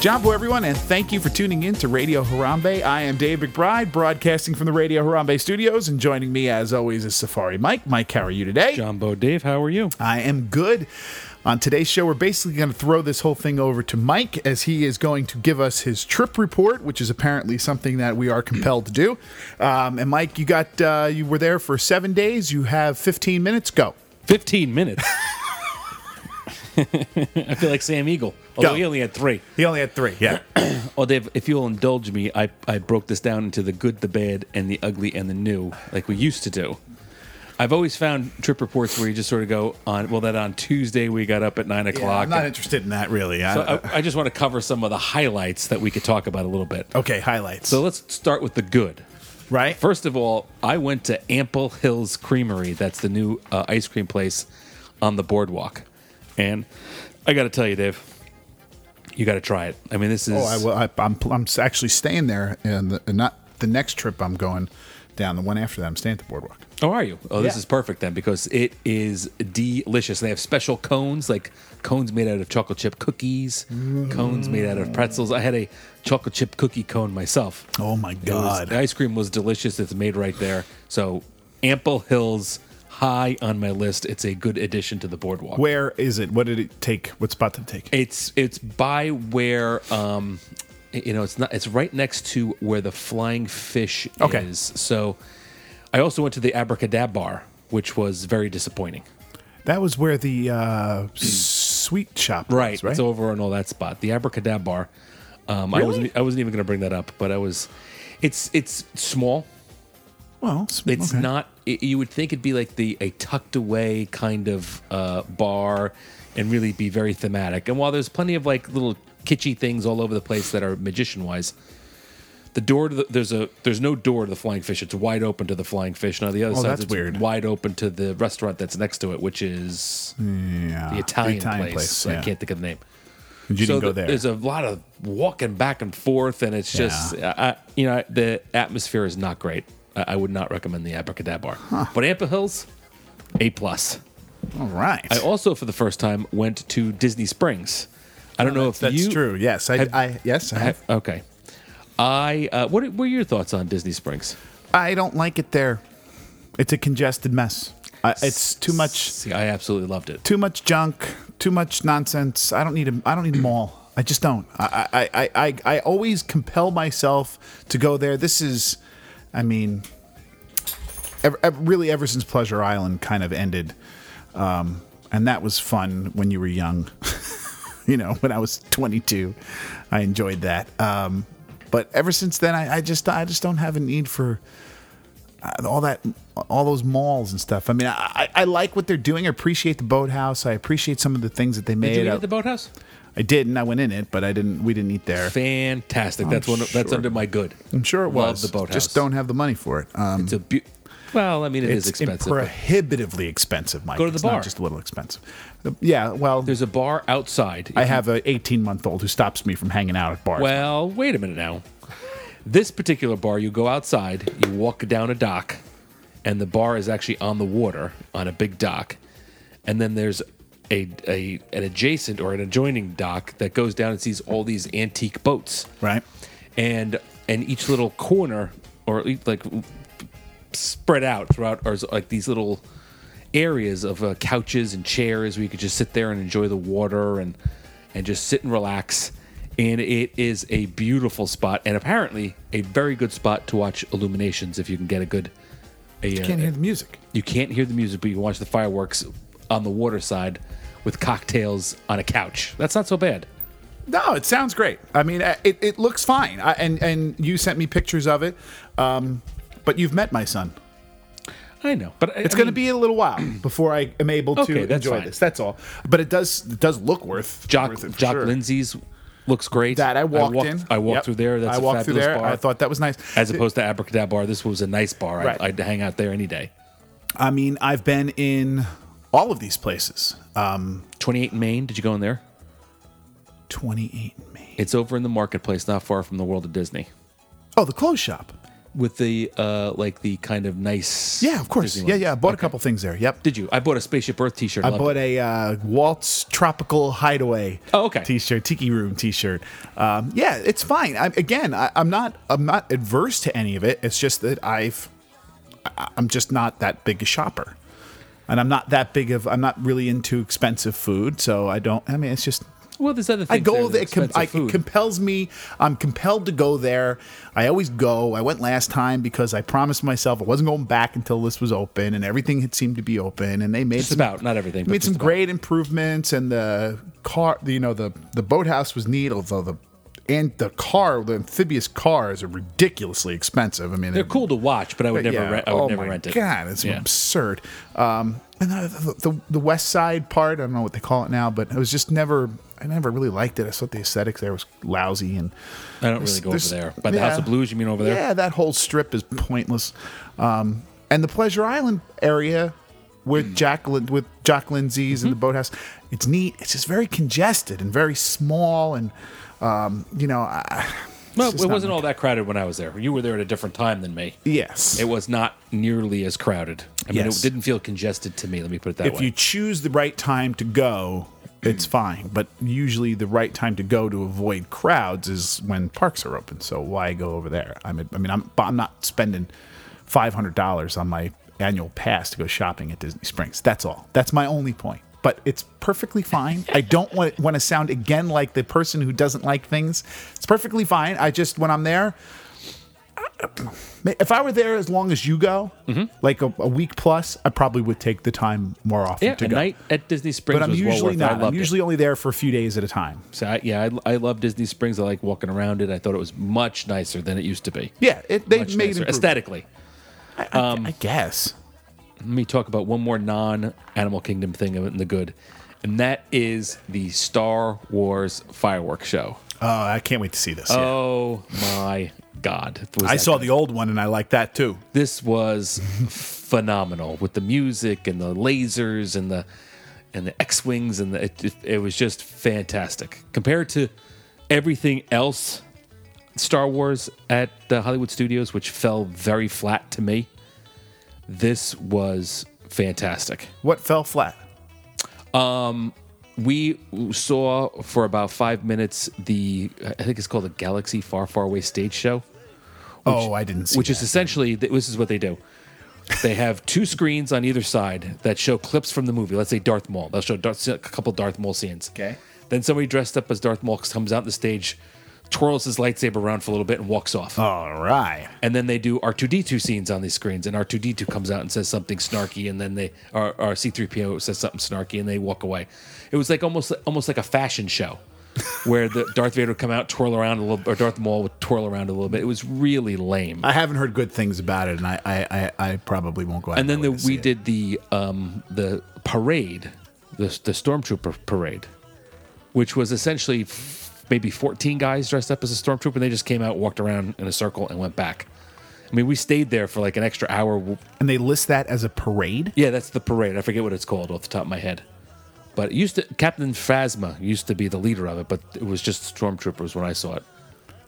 Jumbo, everyone, and thank you for tuning in to Radio Harambe. I am Dave McBride, broadcasting from the Radio Harambe studios, and joining me, as always, is Safari Mike. Mike, how are you today? Jumbo Dave, how are you? I am good. On today's show, we're basically going to throw this whole thing over to Mike as he is going to give us his trip report, which is apparently something that we are compelled to do. Um, and Mike, you got uh, you were there for seven days. You have 15 minutes. Go. 15 minutes. I feel like Sam Eagle, although Go. he only had three. He only had three. Yeah. Oh, Dave, if you'll indulge me, I, I broke this down into the good, the bad, and the ugly, and the new, like we used to do. I've always found trip reports where you just sort of go on, well, that on Tuesday we got up at 9 o'clock. I'm not interested in that really. I- so I, I just want to cover some of the highlights that we could talk about a little bit. okay, highlights. So let's start with the good. right. First of all, I went to Ample Hills Creamery. That's the new uh, ice cream place on the boardwalk. And I got to tell you, Dave, you got to try it. I mean, this is. Oh, I will. I, I'm, I'm actually staying there, and the, and not the next trip I'm going down, the one after that. I'm staying at the boardwalk. Oh, are you? Oh, this Yeah. is perfect then because it is delicious. They have special cones, like cones made out of chocolate chip cookies, cones made out of pretzels. I had a chocolate chip cookie cone myself. Mm. Oh my It was- god! the ice cream was delicious. It's made right there. So, Ample Hills, high on my list. It's a good addition to the boardwalk. Where is it? What did it take? What spot did it take? It's it's by where um you know it's not it's right next to where the flying fish Okay. is. So I also went to the Abracadab bar, which was very disappointing. That was where the uh, sweet shop was, right? It's over on all that spot. The Abracadab bar. Um I wasn't I wasn't even gonna bring that up, but I was it's it's small. well, s- It's okay. not i you would think it'd be like the a tucked away kind of uh bar and really be very thematic. And while there's plenty of like little kitschy things all over the place that are magician wise, the door to the, there's a there's no door to the flying fish. It's wide open to the flying fish. And on the other Oh, side, that's it's weird. wide open to the restaurant that's next to it, which is Yeah, the Italian, place. yeah. I can't think of the name. You didn't so go th- there. there's a lot of walking back and forth, and it's just I, I- you know the atmosphere is not great. I, I would not recommend the Abracadabra. But Ampa Hills, A plus. All right. I also, for the first time, went to Disney Springs. I don't know if That's you- true. Yes, I, have- I yes, I, have. Okay. I uh, what were your thoughts on Disney Springs? I don't like it there. It's a congested mess. I, it's too much. See, I absolutely loved it. too much junk, too much nonsense. I don't need them. I don't need them all. I just don't. I I, I, I I always compel myself to go there. This is, I mean, ever, ever, really ever since Pleasure Island kind of ended, um, and that was fun when you were young. you know, when I was 22, I enjoyed that. Um, but ever since then, I, I just I just don't have a need for uh, all that all those malls and stuff. I mean, I, I I like what they're doing. I appreciate the boathouse. I appreciate some of the things that they made. Did you eat I, at the boathouse? I didn't. I went in it, but I didn't. We didn't eat there. Fantastic. that's one. of That's sure. under my good. I'm sure it Love was. the boathouse. Just don't have the money for it. Um, It's a bu- well, I mean, it is it's expensive. but- prohibitively expensive, Mike. Go to the it's bar. Not just a little expensive. The- Yeah. Well, There's a bar outside. I have a 18 month old who stops me from hanging out at bars. Well, wait a minute now. This particular bar, you go outside, you walk down a dock, and the bar is actually on the water on a big dock, and then there's a, a an adjacent or an adjoining dock that goes down and sees all these antique boats, right. and and each little corner or e- like spread out throughout are like these little areas of uh, couches and chairs where you could just sit there and enjoy the water and and just sit and relax and it is a beautiful spot and apparently a very good spot to watch illuminations if you can get a good a, uh, Can't hear the music. you can't hear the music but you can watch the fireworks on the water side with cocktails on a couch. That's not so bad. No, it sounds great. I mean, uh, it, it looks fine. I, and and you sent me pictures of it, um, but you've met my son. I know, but It's going to be a little while before I am able to Okay, that's enjoy fine. this. That's all. But it does it does look worth Jock worth it for Jock sure. Lindsay's looks great. That I walked, in. I walked Yep. through there. That's I a walked through fabulous there. bar. I thought that was nice. as opposed to Abracadabra bar, this was a nice bar. I'd, Right. I'd hang out there any day. I mean, I've been in all of these places. Um, Twenty eight in Maine. Did you go in there? Twenty eight Main. It's over in the marketplace, not far from the World of Disney, Oh, the clothes shop. with the uh, like the kind of nice. Yeah, of course. Disneyland. Yeah, yeah. I bought a couple things there. Yep. Did you? I bought a Spaceship Earth T-shirt. I loved bought it. a uh, Waltz Tropical Hideaway. Oh, okay. T-shirt, Tiki Room T-shirt. Um, yeah, it's fine. I, again, I, I'm not I'm not adverse to any of it. It's just that I've I- I'm just not that big a shopper, and I'm not that big of I'm not really into expensive food. So I don't. I mean, it's just Well, there's other I things. go there there. with It, com- expensive I, it food. compels me. I'm compelled to go there. I always go. I went last time because I promised myself I wasn't going back until this was open, and everything had seemed to be open. And they made Just some, about, not everything, but Made some just about. great improvements, and the car. The, you know the the boathouse was neat, although the and the car, the amphibious cars, are ridiculously expensive. I mean, They're cool to watch, but I would never. yeah. rent, I would oh never my rent it. God, it's Yeah. absurd. Um, and the, the, the the West Side part, I don't know what they call it now, but I was just never, I never really liked it. I thought the aesthetics there was lousy and. I don't really go over there's- there. By the yeah. House of Blues, you mean over there? Yeah, that whole strip is pointless. Um, and the Pleasure Island area Hmm. with Jacqueline with Jock Lindsay's Mm-hmm. and the boathouse, it's neat. It's just very congested and very small, and um, you know, I, Well, it's just it not wasn't my- all that crowded when I was there. You were there at a different time than me. Yes, It was not nearly as crowded. I mean, Yes. it didn't feel congested to me. Let me put it that if way. you choose the right time to go it's fine but usually the right time to go to avoid crowds is when parks are open so why go over there i mean i mean i'm, but I'm not spending $500 on my annual pass to go shopping at disney springs that's all that's my only point but it's perfectly fine. I don't want, want to sound again like the person who doesn't like things. It's perfectly fine. I just, when I'm there, Ma- If I were there as long as you go, Mm-hmm. like a, a week plus, I probably would take the time more often yeah, to a go. night at Disney Springs but I'm was well usually worth it. I not. I'm loved it. usually only there for a few days at a time. So I, yeah, I, I love Disney Springs. I like walking around it. I thought it was much nicer than it used to be. Yeah, it, they Much made nicer. improvements. aesthetically. I, I guess. Let me talk about one more non-Animal Kingdom thing in the good, and that is the Star Wars fireworks show. Oh, I can't wait to see this. yeah. Oh my God! It was I that saw good. the old one and I like that too. this was phenomenal with the music and the lasers and the and the X wings and the, it, it, it was just fantastic compared to everything else. Star Wars at the Hollywood Studios, which fell very flat to me. This was fantastic. What fell flat? We saw for about five minutes the I think it's called the Galaxy Far Far Away stage show. oh, I didn't see. which that. is essentially th- this is what they do. They have two screens on either side that show clips from the movie. Let's say Darth Maul. They'll show Darth, a couple Darth Maul scenes. Okay. Then somebody dressed up as Darth Maul comes out on the stage, twirls his lightsaber around for a little bit, and walks off. all right. And then they do R2D2 scenes on these screens, and R2D2 comes out and says something snarky, and then they or, or C3PO says something snarky, and they walk away. It was like almost almost like a fashion show, where the Darth Vader would come out, twirl around a little, or Darth Maul would twirl around a little bit. It was really lame. I haven't heard good things about it, and I I, I, I probably won't go. Out and then the, the, we did the um, the parade, the the stormtrooper parade, which was essentially f- maybe fourteen guys dressed up as a stormtrooper, and they just came out, walked around in a circle, and went back. I mean, we stayed there for like an extra hour. and they list that as a parade. Yeah, that's the parade. I forget what it's called off the top of my head. But it used to Captain Phasma used to be the leader of it, but it was just stormtroopers when I saw it.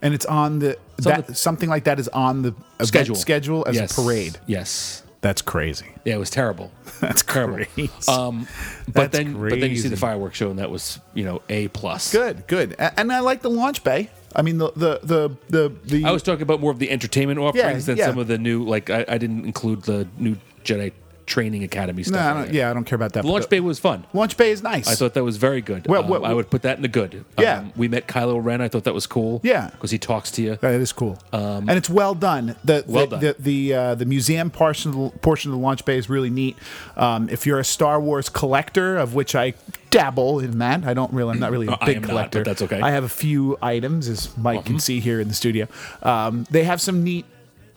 And it's on the on that the- something like that is on the event Schedule schedule as Yes. a parade. Yes. That's crazy. Yeah, it was terrible. That's terrible. crazy. Um, but That's then, but then you see crazy. the fireworks show, and that was you know a plus. Good, good, A- and I like the launch bay. I mean, the the the the, the I was talking about more of the entertainment offerings than yeah. some of the new. Like I, I didn't include the new Jedi training academy stuff. No, I on don't, there. yeah, I don't care about that. Launch but Bay was fun. the- Launch Bay is nice. I thought that was very good. Well, Um, what- I would put that in the good. Yeah. Um, we met Kylo Ren. I thought that was cool. Yeah. because he talks to you. that is cool, and it's well done. The Um, Well the done. the the, uh, the museum portion of the, portion of the launch bay is really neat. Um, if you're a Star Wars collector, of which I dabble in that, I don't really, I'm not really a I big am not, but collector. that's okay. Mm-hmm. I have a few items, as Mike can see here in the studio. Um, they have some neat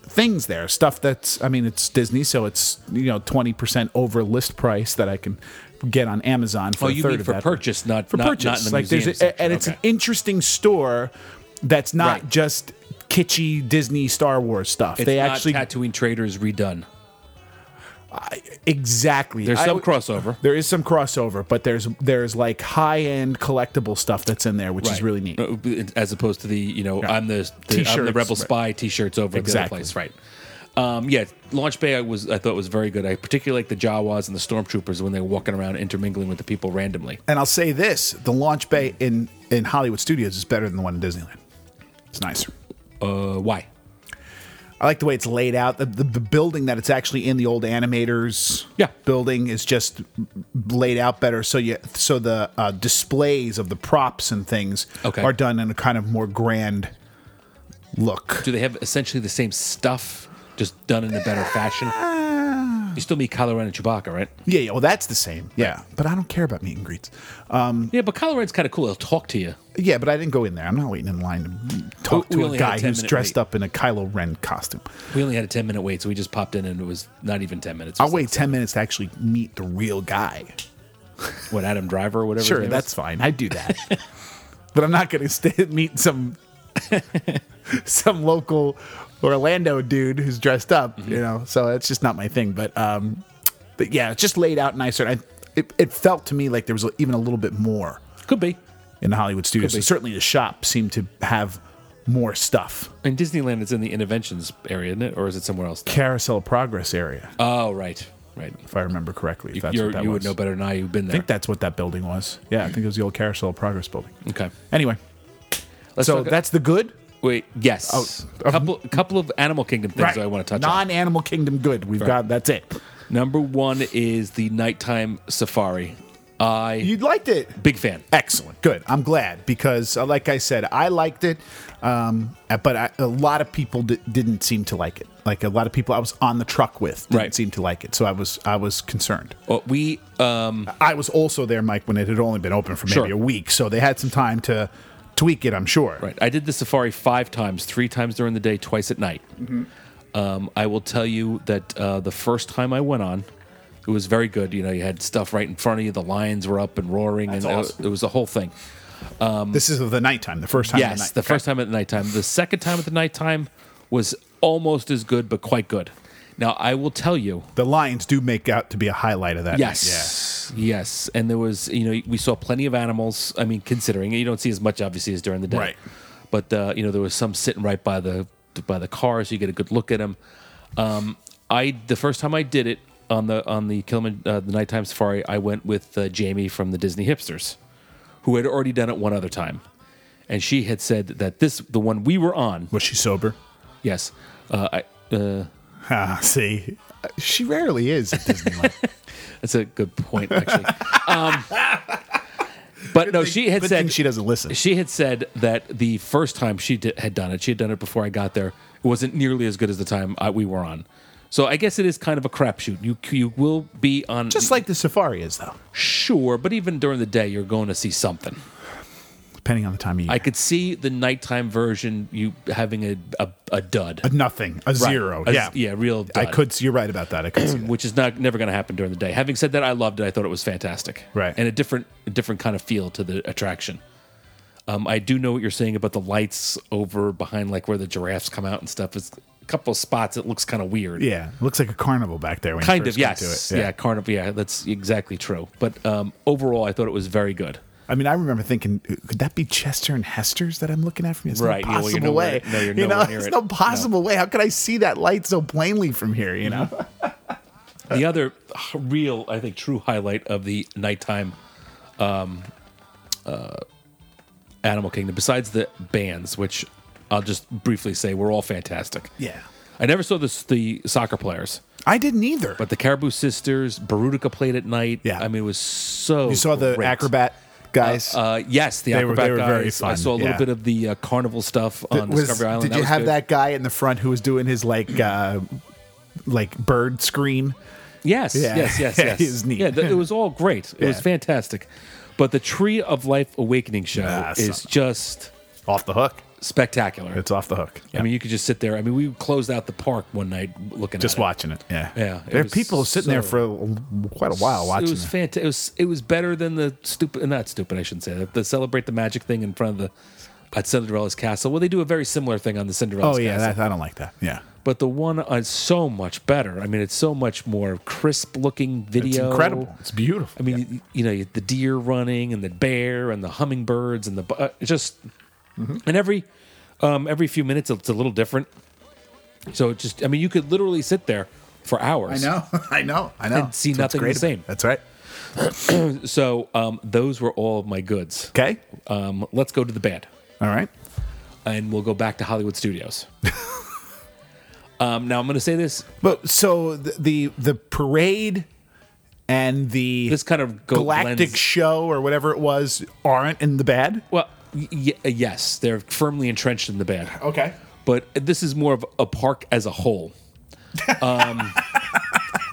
things there. Stuff that's, I mean, it's Disney, so it's you know 20 percent over list price that I can get on Amazon for Oh, a you third mean of for that. purchase, not- for not- not in purchase. the like museum there's, a, section. and it's an Okay. interesting store that's not Right. just kitschy Disney Star Wars stuff. It's they not actually Tatooine Traders redone. exactly. There's I some would- crossover. There is some crossover, but there's there's like high end collectible stuff that's in there, which is Right. really neat. Uh, As opposed to the, you know, I'm the, the I'm T-shirts, the rebel right. spy T-shirts over Exactly. the other place, right? Um, yeah, Launch Bay I was I thought was very good. I particularly like the Jawas and the Stormtroopers when they were walking around intermingling with the people randomly. And I'll say this: the launch bay in in Hollywood Studios is better than the one in Disneyland. It's nicer. Uh, why? I like the way it's laid out. The, the, the building that it's actually in, the old animators Yeah. building, is just laid out better. So you so the uh, displays of the props and things Okay. are done in a kind of more grand look. Do they have essentially the same stuff, just done in a better fashion? You still meet Kylo Ren and Chewbacca, right? Yeah, yeah. Well, that's the same. Yeah, but I don't care about meet and greets. Yeah, but Kylo Ren's kind of cool. He'll talk to you. Yeah, but I didn't go in there. I'm not waiting in line to talk We- we to a only had guy a 10 who's minute dressed wait. up in a Kylo Ren costume. We only had a ten minute wait, so we just popped in and it was not even ten minutes. It I'll was wait 10 minutes to actually meet the real guy. like, What Adam Driver or whatever. his Sure, name that's fine. I do that. but I'm not going to stay meet some some local Orlando dude who's dressed up, Mm-hmm. you know. So it's just not my thing, but um but yeah, it's just laid out nicer. And I, it, it felt to me like there was even a little bit more is. could be. in the Hollywood studios. Could be. And certainly the shop seemed to have more stuff. In Disneyland, it's in the interventions area, isn't it, or is it somewhere else? Carousel Progress area, Oh, right, right. if I remember correctly. If that's You're, what that you would was. know better than I. You've been I there. think that's what that building was. Yeah, I think it was the old Carousel Progress building. okay. Anyway, Let's so talk- that's the good. wait. Yes. Oh, a couple, couple of Animal Kingdom things that I want to touch on. Non-animal kingdom good. We've got that's it. Number one is the nighttime safari. I You liked it. big fan. Excellent. Good. I'm glad because, uh, like I said, I liked it, um, uh, but I, a lot of people di- didn't seem to like it. Like a lot of people I was on the truck with didn't Right. seem to like it, so I was I was concerned. Uh, we um, I was also there, Mike, when it had only been open for maybe Sure. a week, so they had some time to tweak it. I'm sure. Right. I did the safari five times, three times during the day, twice at night. Mm-hmm. Um, I will tell you that uh, the first time I went on, it was very good. You know, you had stuff right in front of you. The lions were up and roaring, and uh, awesome. it was a whole thing. This is the nighttime, the first time. of yes, the, night. the first time at nighttime. The second time at the nighttime was almost as good, but quite good. Now I will tell you. the lions do make out to be a highlight of that. night. Yes. Yes. And there was, you know, we saw plenty of animals. I mean, considering you don't see as much obviously as during the day, Right. But uh, you know, there was some sitting right by the by the car, so you get a good look at them. Um, I the first time I did it on the on the Kiliman, uh, the nighttime safari, I went with uh, Jamie from the Disney Hipsters, who had already done it one other time, and she had said that this the one we were on. Was she sober? Yes. Uh, I, uh, Ah, see, she rarely is at Disneyland. that's a good point, actually. um, but no, she had Good said thing she doesn't listen. She had said that the first time she di had done it, she had done it before I got there. It wasn't nearly as good as the time I, we were on. So I guess it is kind of a crapshoot. You you will be on Just like the safari is, though, sure, but even during the day, you're going to see something. depending on the time of year. I could see the nighttime version you having a a, a dud, a nothing, a zero. A z- yeah, yeah, real. Dud, I could. You're right about that. I could see that. which is not never going to happen during the day. Having said that, I loved it. I thought it was fantastic, Right. And a different, a different kind of feel to the attraction. Um, I do know what you're saying about the lights over behind, like where the giraffes come out and stuff. It's a couple of spots. It looks kind of weird. Yeah, looks like a carnival back there. When kind you of. first get to Yes, it. yeah. carnival. Yeah, that's exactly true. But um, overall, I thought it was very good. I mean, I remember thinking, could that be Chester and Hester's that I'm looking at from here? There's Right, No yeah, well, possible you're nowhere- way. no, you're you know, nowhere near there's it. no No. possible way. How could I see that light so plainly from here? You know. The other real, I think, true highlight of the nighttime um, uh, Animal Kingdom, besides the bands, which I'll just briefly say, were all fantastic. yeah. I never saw this, the soccer players, I didn't either. but the Caribou Sisters, Barutica played at night. Yeah. I mean, it was so. you saw the great. acrobat guys. Uh, yes, the They were- acrobat they were very guys. I fun, saw a little yeah. bit of the uh, carnival stuff on Was- Discovery Island. Did you was have good. that guy in the front who was doing his like uh, like bird scream? Yes, Yeah. yes, yes, Yeah, yes. it was neat. Yeah, th- it was all great. It was Yeah. fantastic. But the Tree of Life Awakening show Ah, is son. just Off the hook. spectacular. It's off the hook. I mean, you could just sit there. I mean, we closed out the park one night looking just at it. watching it. Yeah, Yeah, it There are was people sitting there so- for a- quite a while watching. It was it. fantastic. It was it was better than the stupid, not stupid. I shouldn't say that. The celebrate the magic thing in front of the at Cinderella's castle. Well, they do a very similar thing on the Cinderella's oh yeah, castle. that, I don't like that. Yeah, but the one is so much better. I mean, it's so much more crisp looking video. it's incredible. It's beautiful. I mean, you, you know, the deer running and the bear and the hummingbirds and the bu- uh, just and every um, every few minutes it's a little different. So it just, I mean, you could literally sit there for I hours. know, I know, I know. And see That's what's nothing great the same. about it. That's right. So um, those were all of my goods. Okay, Um, let's go to the bad, all right. and we'll go back to Hollywood Studios. um, now I'm going to say this. But so the the, the parade and the This kind of go galactic blends- show or whatever it was aren't in the bad. Well, y- y- yes, they're firmly entrenched in the bad. Okay. but this is more of a park as a whole. Um,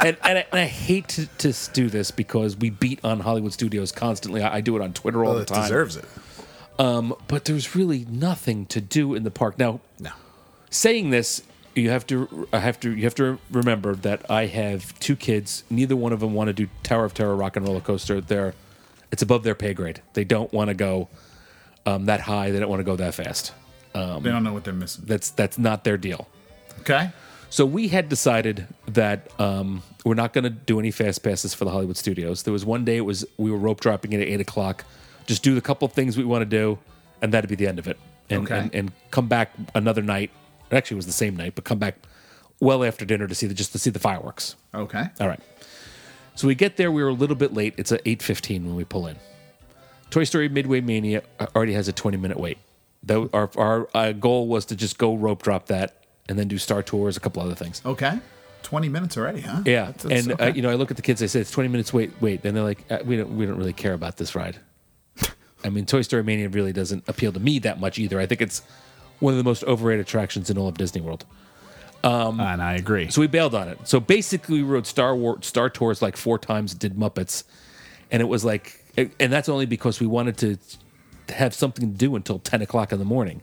and, and, I, and I hate to, to s- do this because we beat on Hollywood studios constantly. I, I do it on Twitter all Well, the it time. deserves it. But there's really nothing to do in the park now. No. Saying this, you have to I have to you have to remember that I have two kids. Neither one of them want to do Tower of Terror Rock and Roller Coaster. They're it's above their pay grade. They don't want to go um, that high. They don't want to go that fast. they don't know what they're missing. That's that's not their deal. Okay. So we had decided that um, we're not going to do any fast passes for the Hollywood studios. There was one day it was we were rope dropping it at eight o'clock. Just do the couple of things we want to do, and that'd be the end of it. And, Okay. and and come back another night. Actually, it was the same night, but come back well after dinner to see the just to see the fireworks. Okay. All right. So we get there. We were a little bit late. It's at eight fifteen when we pull in. Toy Story Midway Mania uh, already has a twenty minute wait. That our our uh, goal was to just go rope drop that and then do Star Tours, a couple other things. Okay. Twenty minutes already, huh? Yeah, That's- that's- and uh, okay. you know, I look at the kids. I say it's twenty minutes. Wait, wait. Then they're like, uh, we don't, we don't really care about this ride. I mean, Toy Story Mania really doesn't appeal to me that much either. I think it's one of the most overrated attractions in all of Disney World. and I agree. So we bailed on it. So basically, we rode Star War, Star Tours like four times, did Muppets, and it was like, and that's only because we wanted to have something to do until ten o'clock in the morning.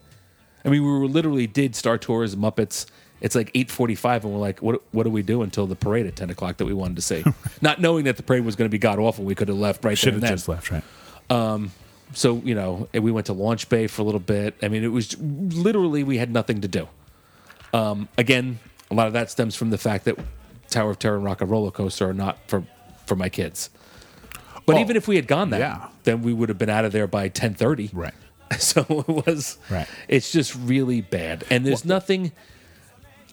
I mean, we were literally did Star Tours, Muppets. It's like eight forty-five, and we're like, what? What do we do until the parade at ten o'clock that we wanted to see? Not knowing that the parade was going to be god awful, we could have left right there Should and have then. just left, right? So you know, and we went to Launch Bay for a little bit. I mean, it was literally we had nothing to do. Um, again, a lot of that stems from the fact that Tower of Terror and Rock and Roller Coaster are not for for my kids. But Oh, even if we had gone that, yeah. then we would have been out of there by ten thirty. Right. So it was. Right. It's just really bad, and there's nothing.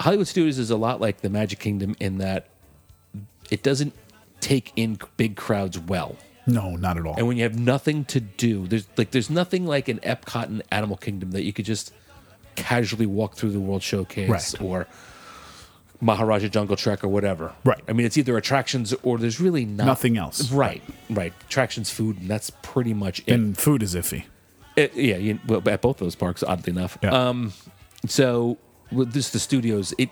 Hollywood Studios is a lot like the Magic Kingdom in that it doesn't take in big crowds well. No, not at all. And when you have nothing to do, there's like there's nothing like an Epcot and Animal Kingdom that you could just casually walk through the World Showcase Right. or Maharaja Jungle Trek or whatever. Right. I mean, it's either attractions or there's really not, Nothing else. Right. Right. Attractions, food, and that's pretty much it. and food is iffy. Uh, yeah. You, well, at both those parks, oddly enough. Yeah. Um, so with this, the studios, it.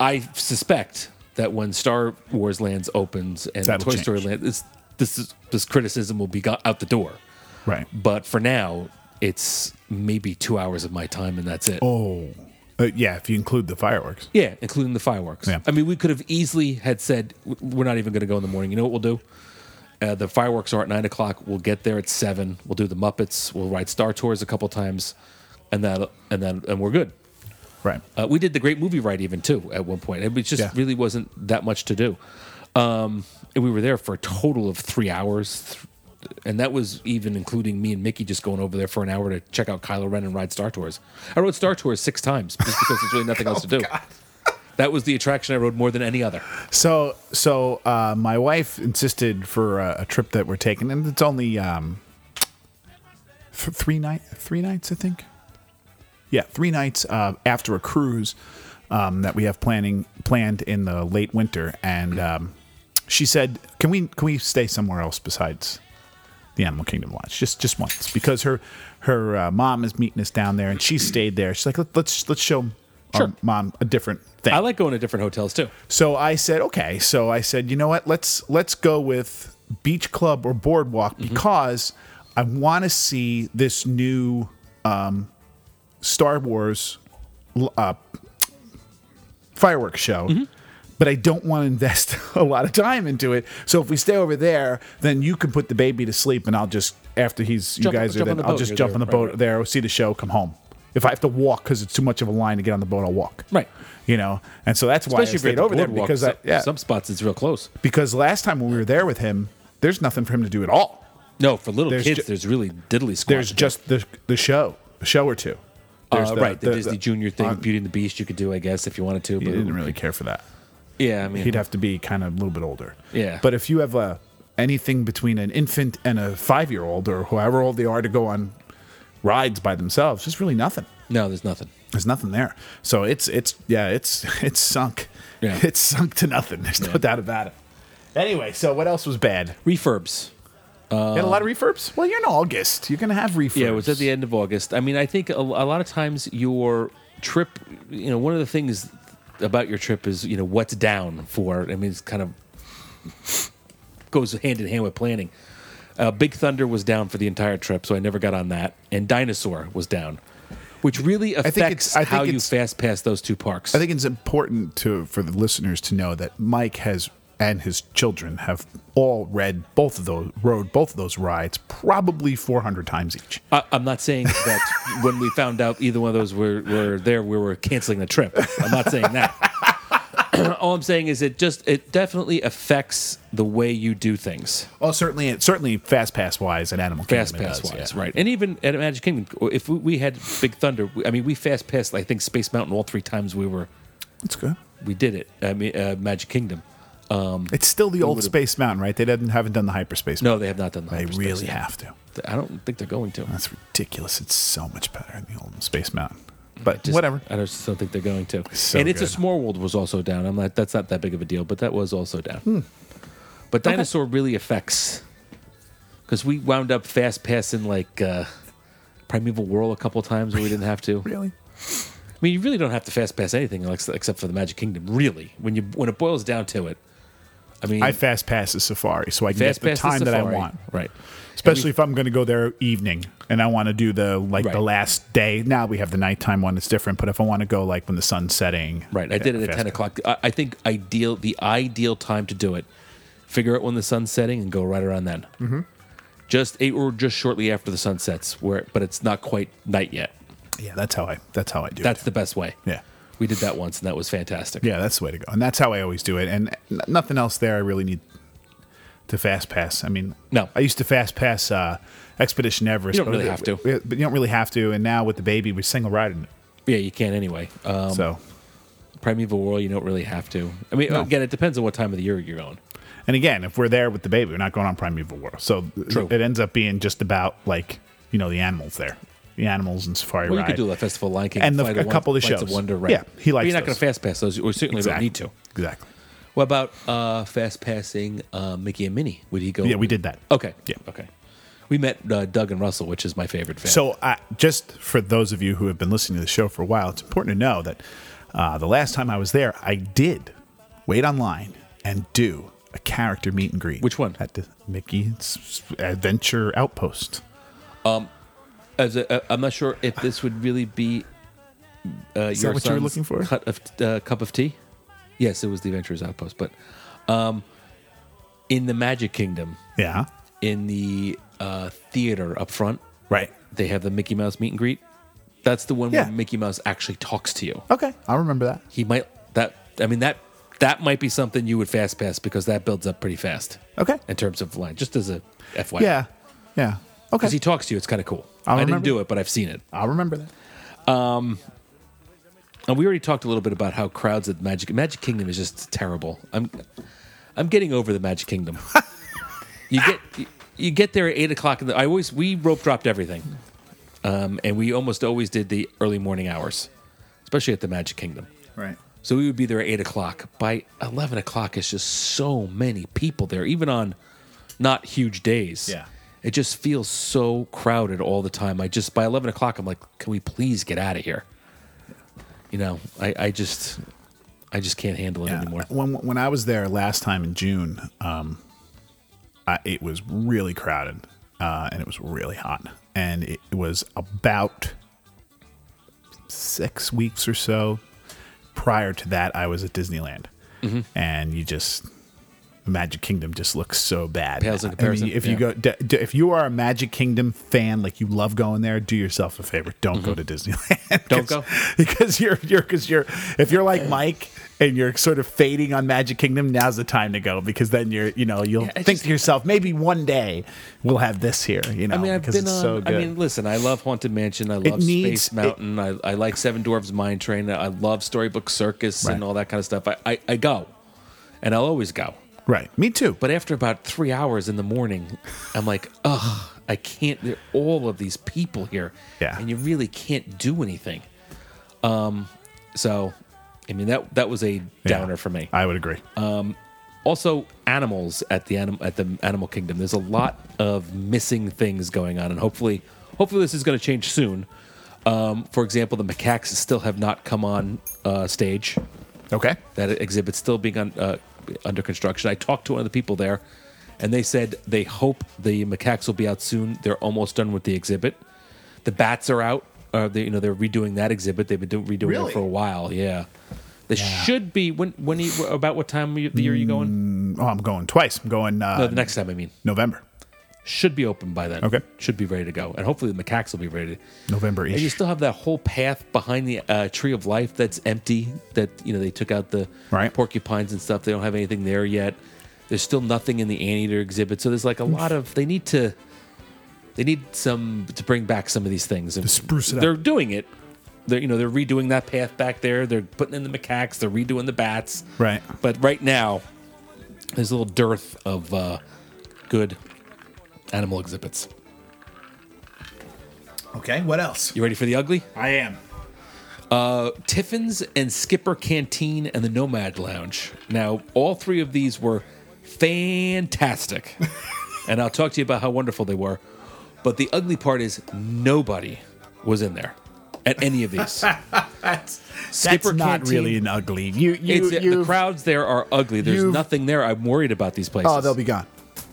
I suspect that when Star Wars Lands opens and That'll Toy Story change. Land, it's, this is, this criticism will be go- out the door. Right. But for now, it's maybe two hours of my time, and that's it. Oh, uh, yeah. If you include the fireworks, Yeah, including the fireworks. Yeah. I mean, we could have easily had said, "W- "We're not even going to go in the morning." You know what we'll do? Uh, the fireworks are at nine o'clock. We'll get there at seven. We'll do the Muppets. We'll ride Star Tours a couple times, and that and then and we're good. right? Uh, we did the great movie ride even too at one point. It was just Yeah. really wasn't that much to do. Um, and we were there for a total of three hours, th- and that was even including me and Mickey just going over there for an hour to check out Kylo Ren and ride Star Tours. I rode Star Tours six times just because there's really nothing Oh, else to do. That was the attraction I rode more than any other. So, so uh, my wife insisted for a, a trip that we're taking, and it's only um, th- three night, three nights, I think. Yeah, three nights uh, after a cruise um, that we have planning planned in the late winter. And um, she said, "Can we can we stay somewhere else besides the Animal Kingdom Lodge just just once?" Because her her uh, mom is meeting us down there, and she stayed there. She's like, Let, "Let's let's show our Sure. mom a different thing." I like going to different hotels too. So I said, okay. So I said, you know what? Let's let's go with beach club or boardwalk Mm-hmm. because I want to see this new um, Star Wars l- uh, fireworks show. Mm-hmm. But I don't want to invest a lot of time into it. So if we stay over there, then you can put the baby to sleep, and I'll just after he's you Jump- guys are jump on then the I'll boat. just You're jump there. on the Right, boat right. there, see the show, come home. If I have to walk because it's too much of a line to get on the boat, I'll walk. Right. You know, and so that's why Especially I if you're at stayed the over there boardwalk, because I, some, yeah, some spots it's real close. because last time when we were there with him, there's nothing for him to do at all. No, for little There's kids, ju- there's really diddly squat. There's just the the show, a show or two. There's uh, right the, Disney Junior thing, Beauty and the Beast. You could do, I guess, if you wanted to. He But didn't really care for that. yeah, I mean, He'd have to be kind of a little bit older. Yeah. But if you have a, anything between an infant and a five year old or however old they are to go on rides by themselves, there's really nothing. no, there's nothing. There's nothing there. So it's it's yeah, it's it's sunk. Yeah. It's sunk to nothing. There's no doubt about it. Anyway, so what else was bad? Refurbs. You had a lot of refurbs? Um, Well, you're in August. You're going to have refurbs. Yeah, it was at the end of August. I mean, I think a, a lot of times your trip, you know, one of the things about your trip is, you know, what's down for. I mean, it's kind of goes hand in hand with planning. Uh, Big Thunder was down for the entire trip, so I never got on that. And Dinosaur was down, which really affects think it's- I think how you it's- fast pass those two parks. I think it's important to for the listeners to know that Mike has and his children have all read both of those rode both of those rides probably 400 times each. I, I'm not saying that when we found out either one of those were, were there, we were canceling the trip. I'm not saying that. All I'm saying is it just it definitely affects the way you do things. Oh, certainly, certainly fast pass wise and Animal Fast Kingdom. it pass does, wise, yeah. right? And even at Magic Kingdom, if we, we had Big Thunder, I mean, we fast passed. I think Space Mountain all three times we were That's good. we did it. I mean, uh, Magic Kingdom. It's still the old Space Mountain, right? They didn't haven't done the hyperspace. No, they have not done the Mountain. hyperspace they really yet. have to. I don't think they're going to. That's ridiculous. It's so much better than the old Space Mountain. But Just- whatever. I just don't think they're going to. So and it's a good. small world was also down. I'm not. That's not that big of a deal, but that was also down. Hmm. But dinosaur really affects because we wound up fast passing like uh, primeval whirl a couple times where we didn't have to. I Really? mean, you really don't have to fast pass anything ex- except for the Magic Kingdom. Really, when you when it boils down to it, I mean, I fast pass the safari so I can fast get the pass time that I safari. want. Right. especially if I'm going to go there evening and I want to do the like the Right. last day. Now we have the nighttime one; it's different. But if I want to go like when the sun's setting, Right. I did it at ten o'clock. I, I think ideal the ideal time to do it. Figure out when the sun's setting and go right around then. Mm-hmm. Just eight or just shortly after the sun sets, where but it's not quite night yet. Yeah, that's how I that's how I do That's the best way. it. Yeah, We did that once and that was fantastic. yeah, that's the way to go, and that's how I always do it. And n- nothing else there. I really need to fast pass. I mean, No. I used to fast pass uh, Expedition Everest. You don't but really we- have to. we- but you don't really have to. And now with the baby, we're single riding it. Yeah, you can anyway. Um, so, Primeval World, you don't really have to. I mean, again, it depends on what time of the year you're going. and again, if we're there with the baby, we're not going on Primeval World. So True. it ends up being just about like you know the animals there, the animals and safari. Well, you ride. could do the Festival of Lion King And the- Flight a Won- couple of Flights shows. Wonder, right? Yeah, he But likes You're not going those. to fast pass those. or certainly Exactly. don't need to. Exactly. What about uh, fast passing uh, Mickey and Minnie? Would he go? Yeah, we did that. Okay. Yeah. Okay. We met uh, Doug and Russell, which is my favorite fan. So, uh, just for those of you who have been listening to the show for a while, it's important to know that uh, the last time I was there, I did wait online and do a character meet and greet. Which one? At the Mickey's Adventure Outpost. As a, uh, I'm not sure if this would really be uh, that your what you were son's looking for? Cut of, uh, cup of tea. Yes, it was the Adventurers Outpost, but um, in the Magic Kingdom, Yeah. in the uh, theater up front, Right. they have the Mickey Mouse meet and greet. That's the one Yeah. where Mickey Mouse actually talks to you. Okay. I remember that. He might that I mean that that might be something you would fast pass because that builds up pretty fast. Okay. in terms of line, just as a FYI. Yeah. Yeah. Okay. Because he talks to you, it's kind of cool. I'll I remember. didn't do it, but I've seen it. I'll remember that. And we already talked a little bit about how crowds at Magic Magic Kingdom is just terrible. I'm I'm getting over the Magic Kingdom. you get you, get there at eight o'clock. In the, I always we rope dropped everything, um, and we almost always did the early morning hours, especially at the Magic Kingdom. Right. So we would be there at eight o'clock. By eleven o'clock, it's just so many people there, even on not huge days. Yeah. It just feels so crowded all the time. I just by eleven o'clock, I'm like, can we please get out of here? You know, I, I just, I just can't handle it Yeah. anymore. Uh, When when I was there last time in June, um, I, it was really crowded, uh, and it was really hot, and it was about six weeks or so prior to that. I was at Disneyland, Mm-hmm. and you just Magic Kingdom just looks so bad. Pales now. I in mean, comparison, if yeah. you go, d- d- if you are a Magic Kingdom fan, like you love going there, do yourself a favor. Don't go to Disneyland. Mm-hmm. Don't 'Cause- go. because you're you're because you're if you're like Mike and you're sort of fading on Magic Kingdom, now's the time to go because then you're you know you'll I think just- to yourself maybe one day we'll have this here. You know, I mean, I've because been it's on. so good. I mean, listen, I love Haunted Mansion. I love needs- Space Mountain. I, I like Seven Dwarfs Mine Train. I love Storybook Circus and Right. all that kind of stuff. I, I, I go, and I'll always go. right, me too. But after about three hours in the morning, I'm like, ugh, I can't. There are all of these people here, Yeah. and you really can't do anything. Um, so, I mean that that was a Yeah. downer for me. I would agree. Uh, Also, animals at the anim- at the animal kingdom. There's a lot of missing things going on, and hopefully, hopefully this is going to change soon. Um, for example, the macaques still have not come on uh, stage okay, that exhibit's still being un, uh, under construction. I talked to one of the people there, and they said they hope the macaques will be out soon. They're almost done with the exhibit. The bats are out. Uh, they, you know, they're redoing that exhibit. They've been do- redoing Really? it for a while. Yeah, they should be. When when you, about what time of the year are you going? oh, I'm going twice. I'm going uh, No, the next time. I mean, November, should be open by then. Okay. should be ready to go, and hopefully the macaques will be ready. November And you ish. still have that whole path behind the uh, tree of life that's empty. That you know they took out the Right. porcupines and stuff. They don't have anything there yet. There's still nothing in the anteater exhibit. So there's like Hmm. a lot of they need to they need some to bring back some of these things and spruce it up. They're doing it. They're you know they're redoing that path back there. They're putting in the macaques. They're redoing the bats. Right. But right now there's a little dearth of uh, good animal exhibits. Okay, what else? You ready for the ugly? I am. Tiffin's and Skipper Canteen and the Nomad Lounge. Now, all three of these were fantastic. and I'll talk to you about how wonderful they were. But the ugly part is nobody was in there at any of these. That's that's Skipper not Canteen. really an ugly. You you It's, uh, you. the crowds there are ugly. There's you've- nothing there. I'm worried about these places. oh, they'll be gone.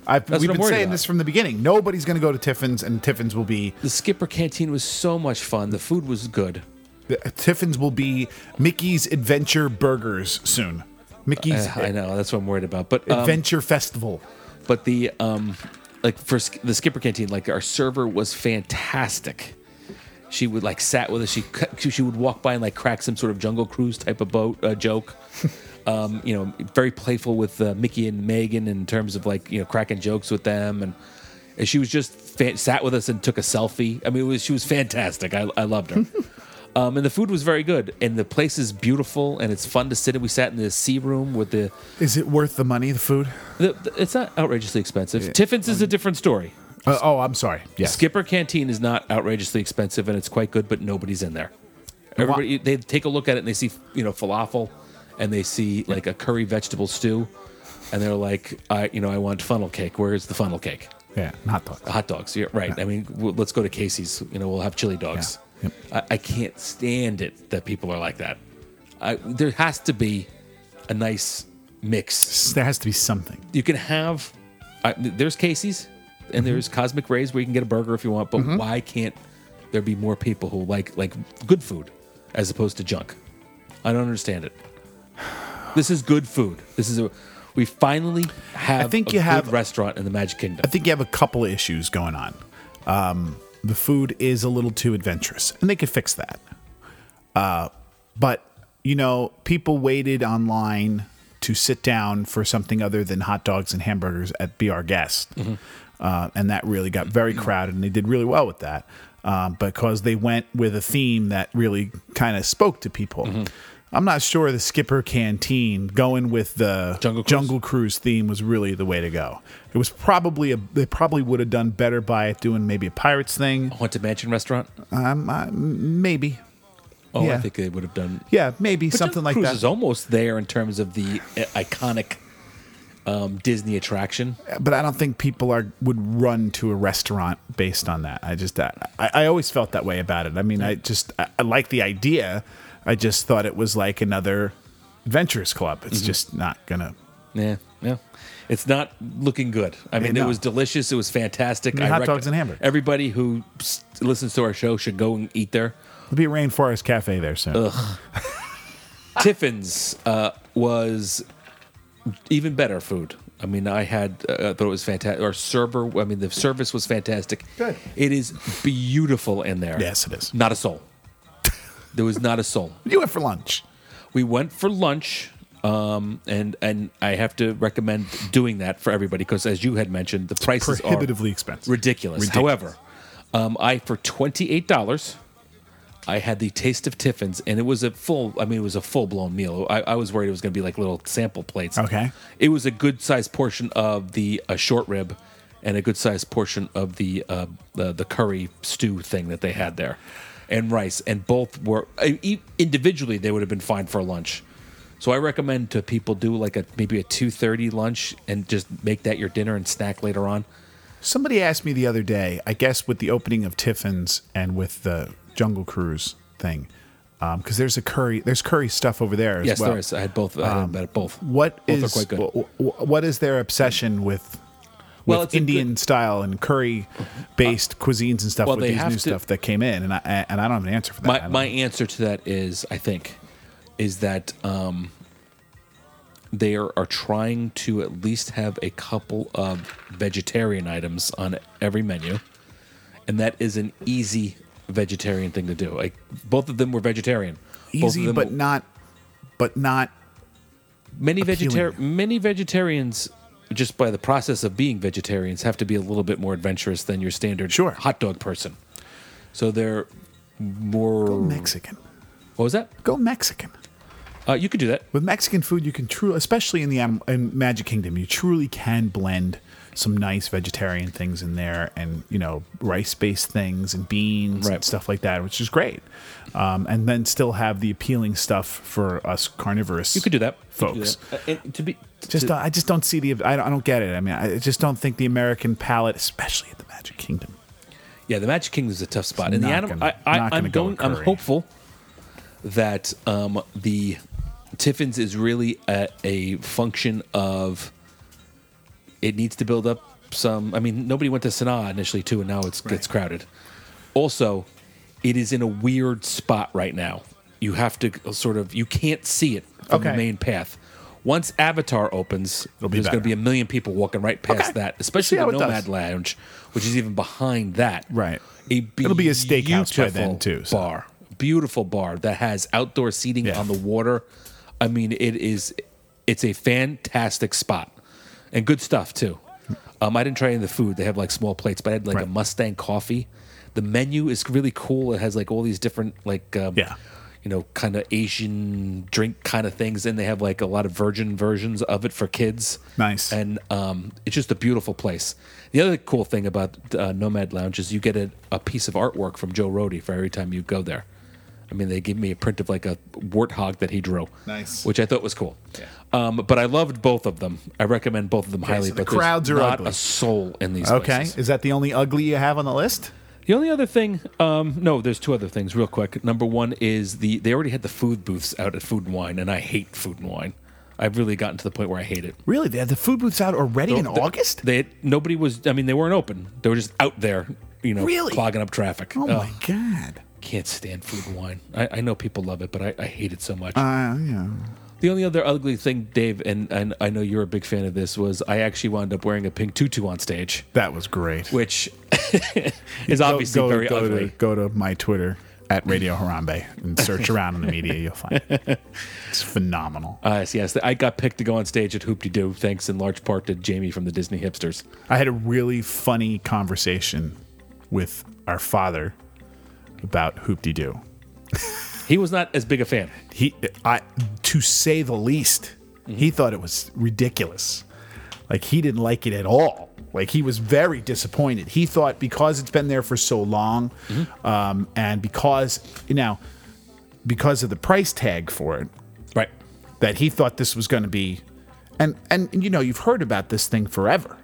I've, That's we've what I'm been worried saying about. this from the beginning. Nobody's going to go to Tiffin's, and Tiffin's will be the Skipper Canteen was so much fun. The food was good. The- Tiffin's will be Mickey's Adventure Burgers soon. Mickey's Uh, I know that's what I'm worried about. But um, Adventure Festival. but the um like for sk- the skipper canteen like our server was fantastic she would like sat with us she cu- she would walk by and like crack some sort of jungle cruise type of boat uh, joke um you know very playful with uh, mickey and megan in terms of like you know cracking jokes with them and, and she was just fa- sat with us and took a selfie i mean it was she was fantastic i, I loved her Um, and the food was very good, and the place is beautiful, and it's fun to sit in. We sat in the sea room with the Is it worth the money? The food? the, the- it's not outrageously expensive. Tiffin's is a different story. Uh, oh, I'm sorry. Um, Yes. Skipper Canteen is not outrageously expensive and it's quite good, but nobody's in there. Everybody they take a look at it and they see you know falafel, and they see like a curry vegetable stew, and they're like, I you know I want funnel cake. Where is the funnel cake? Yeah. Not the. Hot dogs. Yeah, right. I mean, w let's go to Casey's. You know, we'll have chili dogs. Yeah. I, I can't stand it that people are like that. I, there has to be a nice mix There has to be something. you can have I there's Casey's Mm-hmm. and there's Cosmic Rays where you can get a burger if you want, but why can't there be more people who like like good food as opposed to junk? I don't understand it. This is good food. This is a we finally have think a you good have- restaurant in the Magic Kingdom. I think you have a couple of issues going on. Um, the food is a little too adventurous, and they could fix that. Uh, but you know, people waited online to sit down for something other than hot dogs and hamburgers at Be Our Guest, Mm-hmm. uh, and that really got very crowded, and they did really well with that um, because they went with a theme that really kind of spoke to people. Mm-hmm. I'm not sure the Skipper Canteen going with the Jungle Cruise? Jungle Cruise theme was really the way to go. It was probably a they probably would have done better by it doing maybe a pirates thing. Haunted Mansion restaurant. Um, I- maybe Oh, I Yeah. think they would have done Yeah, maybe But Tom something like Cruise that. is almost there in terms of the uh, iconic um, Disney attraction. but I don't think people are would run to a restaurant based on that. I just I, I always felt that way about it. I mean, I just I, I like the idea. I just thought it was like another adventurers club. Mm-hmm. It's just not gonna. Yeah, yeah. It's not looking good. I mean, no. it was delicious. It was fantastic. mean, hot dogs and hamburgers. Everybody who s- listens to our show should go and eat there. There'll be a rainforest cafe there soon. Tiffin's uh, was even better food. I mean, I had, uh, but it was fantastic. Or server, I mean, the service was fantastic. Good. It is beautiful in there. Yes, it is. Not a soul. There was not a soul. You went for lunch. we went for lunch um, and and I have to recommend doing that for everybody because as you had mentioned the prices prohibitively are expensive. ridiculous. Ridiculous. However, um, I for twenty eight dollars I had the taste of Tiffin's and it was a full I mean it was a full blown meal. I, I was worried it was going to be like little sample plates. Okay. it was a good sized portion of the uh, short rib. And a good sized portion of the, uh, the the curry stew thing that they had there, and rice, and both were I- e- individually they would have been fine for lunch. So I recommend to people do like a maybe a two thirty lunch and just make that your dinner and snack later on. Somebody asked me the other day, I guess with the opening of Tiffin's and with the Jungle Cruise thing, because there's a curry, there's curry stuff over there as Yes, well. Um, there is. I had both. I had about both. What is- both are quite good. wh- wh- what is their obsession with, Well, with it's a Uh, Indian style and curry based cuisines and stuff well, with they these have new to- stuff that came in? And I and I don't have an answer for that. I my don't my know. answer to that is I think is that um, they are, are trying to at least have a couple of vegetarian items on every menu, and that is an easy vegetarian thing to do. Like both of them were vegetarian. both of easy, them but were- not, but not. many vegetarian appealing. many vegetarians just by the process of being vegetarians have to be a little bit more adventurous than your standard Sure. hot dog person so they're more Mexican. what was that Go Mexican. uh, you could do that With Mexican food, you can truly, especially in the anim- in Magic Kingdom, you truly can blend some nice vegetarian things in there, and you know rice-based things and beans Right. and stuff like that, which is great. Um, and then still have the appealing stuff for us carnivorous. you could do that You could do folks. that. Uh, and to be Just don't- I just don't see the I don't, I don't get it. I mean, I just don't think the American palate, especially at the Magic Kingdom. yeah the magic kingdom is a tough spot and the not animal I, gonna- I, not i'm gonna go going with i'm curry. hopeful that um, the tiffins is really a, a function of it needs to build up some. I mean, nobody went to Sanaa initially too, and now it's gets crowded. Also, it is in a weird spot right now. You have to sort of you can't see it from the Okay. main path. Once Avatar opens, be there's going better. to be a million people walking right Okay. past that, See especially how the it does. Nomad Lounge, which is even behind that. Right. A It'll be a steakhouse by then, beautiful too, so. Bar, beautiful bar that has outdoor seating Yeah. on the water. I mean, it is, it's a fantastic spot, and good stuff too. Um, I didn't try any of the food. They have like small plates, but I had like a Right. Mustang coffee. The menu is really cool. It has like all these different like um, Yeah. you know, kind of Asian drink kind of things, and they have like a lot of virgin versions of it for kids. Nice. And um, it's just a beautiful place. The other cool thing about uh, Nomad Lounge is you get a, a piece of artwork from Joe Rohde for every time you go there. I mean, they gave me a print of like a warthog that he drew, Nice. which I thought was cool. Um, but I loved both of them. I recommend both of them highly. so the but there's crowds are not ugly. a soul in these. Okay, places. is that the only ugly you have on the list? The only other thing, um, no, there's two other things real quick. Number one is the they already had the food booths out at Food and Wine, and I hate Food and Wine. I've really gotten to the point where I hate it. Really, they have the food booths out already in The- August? They nobody was. I mean, they weren't open. They were just out there, you know, Really? clogging up traffic. oh Ugh, my god! can't stand Food and Wine. I, I know people love it, but I, I hate it so much. Uh, yeah. the only other ugly thing, Dave, and, and I know you're a big fan of this, was I actually wound up wearing a pink tutu on stage, That was great. which is obviously very go ugly. To, go to my Twitter at Radio Harambe and search around in the media. You'll find it. it's phenomenal. Uh, yes, yes. I got picked to go on stage at Hoop De Doo, thanks in large part to Jamie from the Disney Hipsters. I had a really funny conversation with our father about Hoop De Doo. He was not as big a fan. He, I, to say the least, Mm-hmm. he thought it was ridiculous. Like he didn't like it at all. Like he was very disappointed. He thought Mm-hmm. because it's been there for so long, um, and because you know because of the price tag for it Right. that he thought this was going to be and and you know you've heard about this thing forever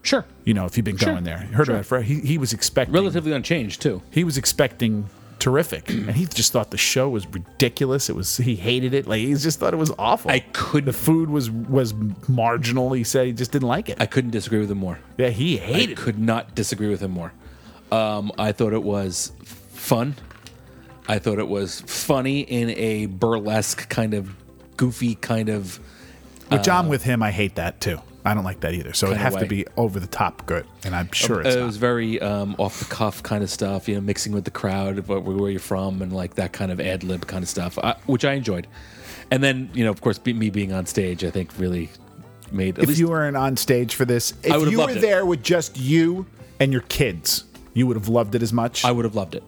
Sure. you know if you've been Sure. going there you heard Sure. about it forever he, he was expecting Relatively unchanged too. he was expecting terrific and he just thought the show was ridiculous it was he hated it like he just thought it was awful I couldn't- the food was was marginal he said he just didn't like it I couldn't disagree with him more. yeah he I hated it could not disagree with him more. Um, I thought it was fun. I thought it was funny in a burlesque kind of goofy kind of. which i'm with him i hate that too i don't like that either so it Kinda has to way. be over the top good and i'm sure it's uh, it not. was very um, off the cuff kind of stuff, you know, mixing with the crowd, of where, where you're from, and like that kind of ad lib kind of stuff, uh, which I enjoyed. And then, you know, of course, be, me being on stage, I think really made at if least you weren't on stage for this I if would've you were loved it. there with just you and your kids you would have loved it as much I would have loved it.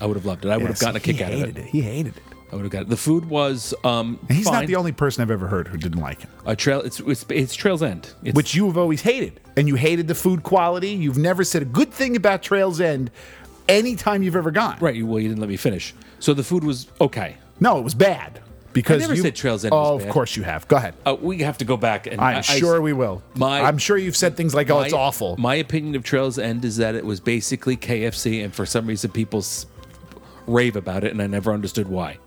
I would have loved it. I would have gotten a kick out of it. he hated it I would have got it. The food was um, And he's fine. not the only person i've ever heard who didn't like it A trail. It's it's, it's Trails End. It's, which you have always hated. And you hated the food quality. You've never said a good thing about Trails End anytime you've ever gone. right? Well, you didn't let me finish. So the food was okay. No, it was bad. Because I never you, said Trails End Oh, was of bad. course you have. Go ahead. Uh, we have to go back and I'm I- I- sure we will. my- I'm sure you've said things like, "Oh, it's my- awful." My opinion of Trails End is that it was basically KFC, and for some reason people s- rave about it, and I never understood why.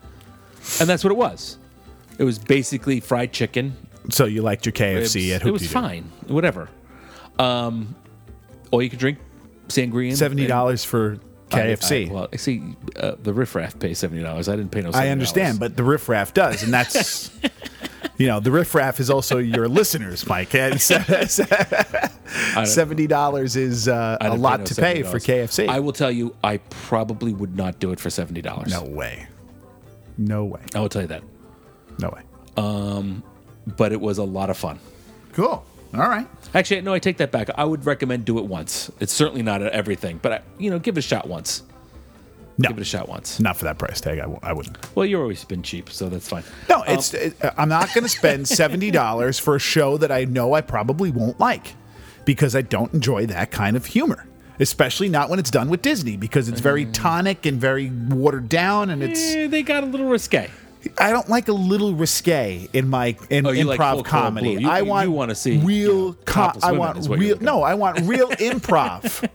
And that's what it was. It was basically fried chicken. so you liked your KFC it at was, it was Hoopty-Doo. fine, whatever. Um, all you could drink sangria. and- Seventy dollars for and- KFC. I, I, well, I see, uh, the riffraff pays seventy dollars. I didn't pay no. $70. understand, but the riffraff does, and that's. You know, the riffraff is also your listeners, Mike. And so- Seventy dollars is uh, I a didn't lot no to pay $70. for KFC. I will tell you, I probably would not do it for seventy dollars. no way, no way, I will tell you that. no way. But it was a lot of fun. Cool. All right. Actually, no, I take that back. I would recommend do it once. It's certainly not everything, but I, you know, give it a shot once. No, Give it a shot once. not for that price tag. I w- I wouldn't. Well, you've always been cheap, so that's fine. No, it's. It, I'm not going to spend seventy dollars for a show that I know I probably won't like, because I don't enjoy that kind of humor, especially not when it's done with Disney, because it's very tonic and very watered down, and it's. Eh, they got a little risque. I don't like a little risque in my in Oh, you improv like full color comedy. blue. You- I you- want you wanna see, real. you know, co- topless I women want is what you're real. looking No, I want real improv.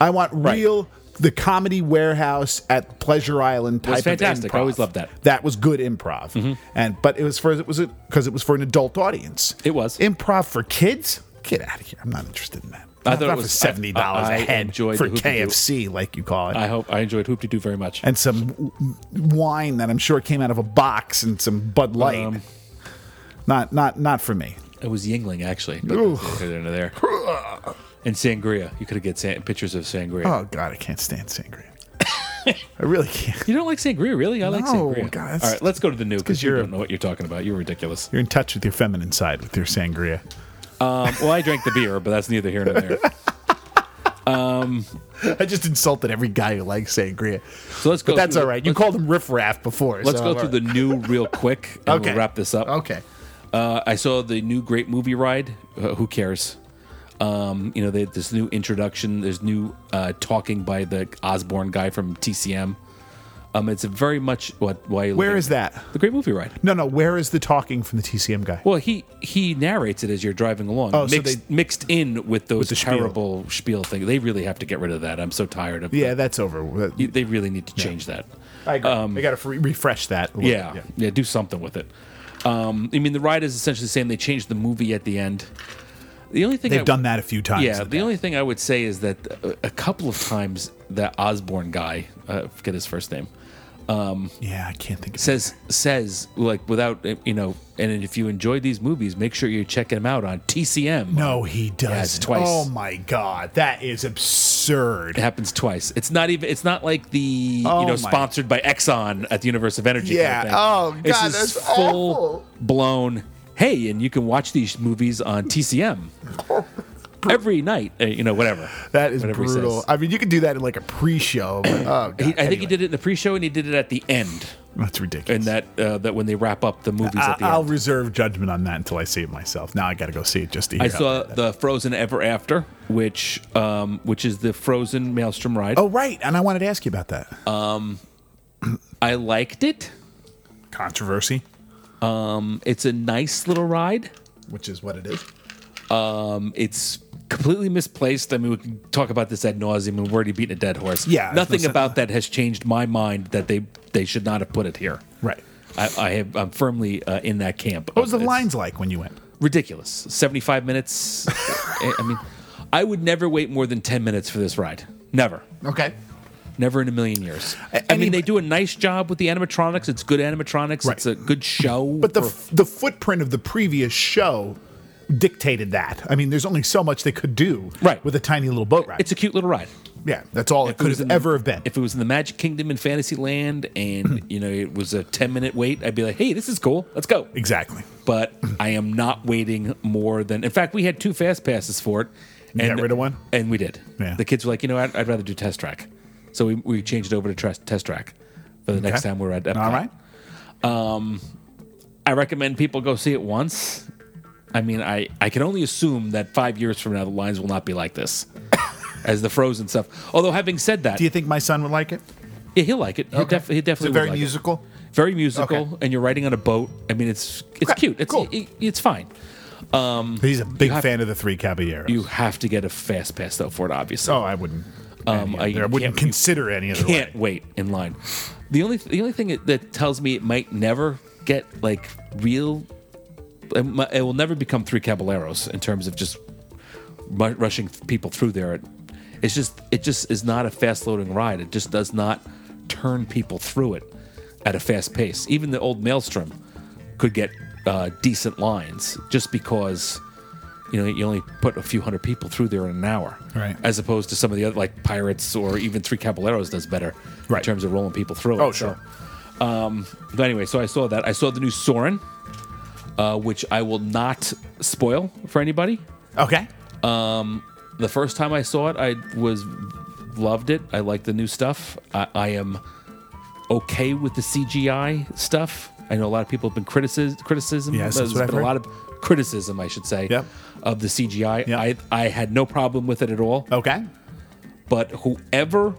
I want real the comedy warehouse at Pleasure Island type was fantastic. of improv. I always loved that. Mm-hmm. That was good improv, and but it was for it was because it was for an adult audience. It was. improv for kids. Get out of here! I'm not interested in that. I Not- thought it not was- for seventy dollars I- I a head enjoyed for the hoopty-doo. KFC, like you call it I hope I enjoyed Hoop De Doo very much. and some w- wine that I'm sure came out of a box and some Bud Light. Um, not not not for me. It was Yingling actually, but Oof. they're under there. And sangria. You could have get san- pictures of sangria. Oh God, I can't stand sangria. I really can't. You don't like sangria, really? I like No, sangria. guys. All right, let's go to the new because you you're- don't know what you're talking about. You're ridiculous. You're in touch with your feminine side with your sangria. Um, well, I drank the beer, but that's neither here nor there. I just insulted every guy who likes sangria. So let's go. But that's through all the- right. You let's- called him riffraff before. Let's so go I'm through all the right. new real quick, and we'll wrap this up. Okay. Uh, I saw the new great movie ride. Uh, who cares? Um, you know, they, this new introduction. There's new uh, talking by the Osborne guy from TCM. Um, it's a very much what. Why? you Where looking- is that? The great movie ride. No, no. Where is the talking from the TCM guy? Well, he he narrates it as you're driving along. Oh, so mixed, they- mixed in with those the spiel. terrible spiel. thing. They really have to get rid of that. I'm so tired of. Yeah, that's over. That- They really need to change that. I agree. I got to refresh that. a little um, Yeah, yeah, bit, do something with it. Um, I mean, the ride is essentially the same. They changed the movie at the end. The only thing They've I- done that a few times. Yeah, the only thing I would say is that uh, a, a couple of times that Osborne guy, uh, I forget his first name, yeah, I can't think. Of says says like without uh, you know. And if you enjoy these movies, make sure you check them out on TCM. No, he does it's twice. Oh my god, that is absurd. It happens twice. It's not even. It's not like the Oh you know my- sponsored by Exxon at the Universe of Energy. Yeah. Kind Oh, of thing. This God, is that's full awful. blown. Hey, and you can watch these movies on TCM every night. uh, you know, whatever. That is Whatever he brutal. says. I mean, you could do that in like a pre-show. But, oh god, He- I think he did it in the pre-show and he did it at the end. that's ridiculous. And that uh, that when they wrap up the movies at the I, will end. reserve judgment on that until I see it myself. Now I got to go see it just to hear. I how saw bad that- the Frozen Ever After, which um, which is the Frozen Maelstrom ride. Oh right, and I wanted to ask you about that. I liked it. Controversy, It's a nice little ride. which is what it is. It's completely misplaced. I mean, we can talk about this ad nauseum, and we're already beating a dead horse. Yeah, there's nothing no sen- about that has changed my mind that they they should not have put it here. Right. I, I have, I'm firmly uh, in that camp. What was the It's lines like when you went? Ridiculous. 75 minutes. I I mean, I would never wait more than 10 minutes for this ride. Never. Okay. Never in a million years. I, any- mean, they do a nice job with the animatronics. It's good animatronics. Right. It's a good show. But the for- f- the footprint of the previous show dictated that. I mean, there's only so much they could do Right. with a tiny little boat ride. it's a cute little ride. yeah, that's all it If could was have in the- ever have been. If it was in the Magic Kingdom in Fantasyland, and you know it was a ten minute wait, I'd be like, "Hey, this is cool. Let's go." exactly. But I am not waiting more than. In fact, we had two fast passes for it. got rid of one? and we did. Yeah. The kids were like, "You know, I'd, I'd rather do Test Track," so we, we changed it over to test, test Track for the next Okay. time we're at Epcot. All right. I recommend people go see it once. I mean, I, I can only assume that five years from now the lines will not be like this, as the Frozen stuff. Although, having said that, Do you think my son would like it? yeah, he'll like it. He'll, def- he Is definitely it would very like it. Mm-hmm. musical? very musical, Okay. and you're riding on a boat. I mean, it's it's Okay, cute. It's cool. it- it's fine. He's a big have- fan of the Three Caballeros. You have to get a fast pass though for it. Obviously, oh, I wouldn't. any Um, I- other- I, you wouldn't can't- consider any other way. can't wait in line. The only the only thing that- that tells me it might never get like real, it mi- it will never become three caballeros in terms of just mu- rushing people through there. It- It's just it just is not a fast loading ride. It just does not turn people through it at a fast pace. Even the old Maelstrom could get uh, decent lines just because you know you only put a few hundred people through there in an hour Right. as opposed to some of the other like pirates or even three caballeros does better in Right. terms of rolling people through Oh, it. sure. So, um, but anyway so i saw that i saw the new soren uh, which i will not spoil for anybody Okay. the first time i saw it i was loved it i like the new stuff i, I am okay with the cgi stuff i know a lot of people have been criticism criticism Yes, that's there's what I've been a heard. lot of criticism i should say Yep. of the cgi Yep. Oh. I, I had no problem with it at all Okay. but whoever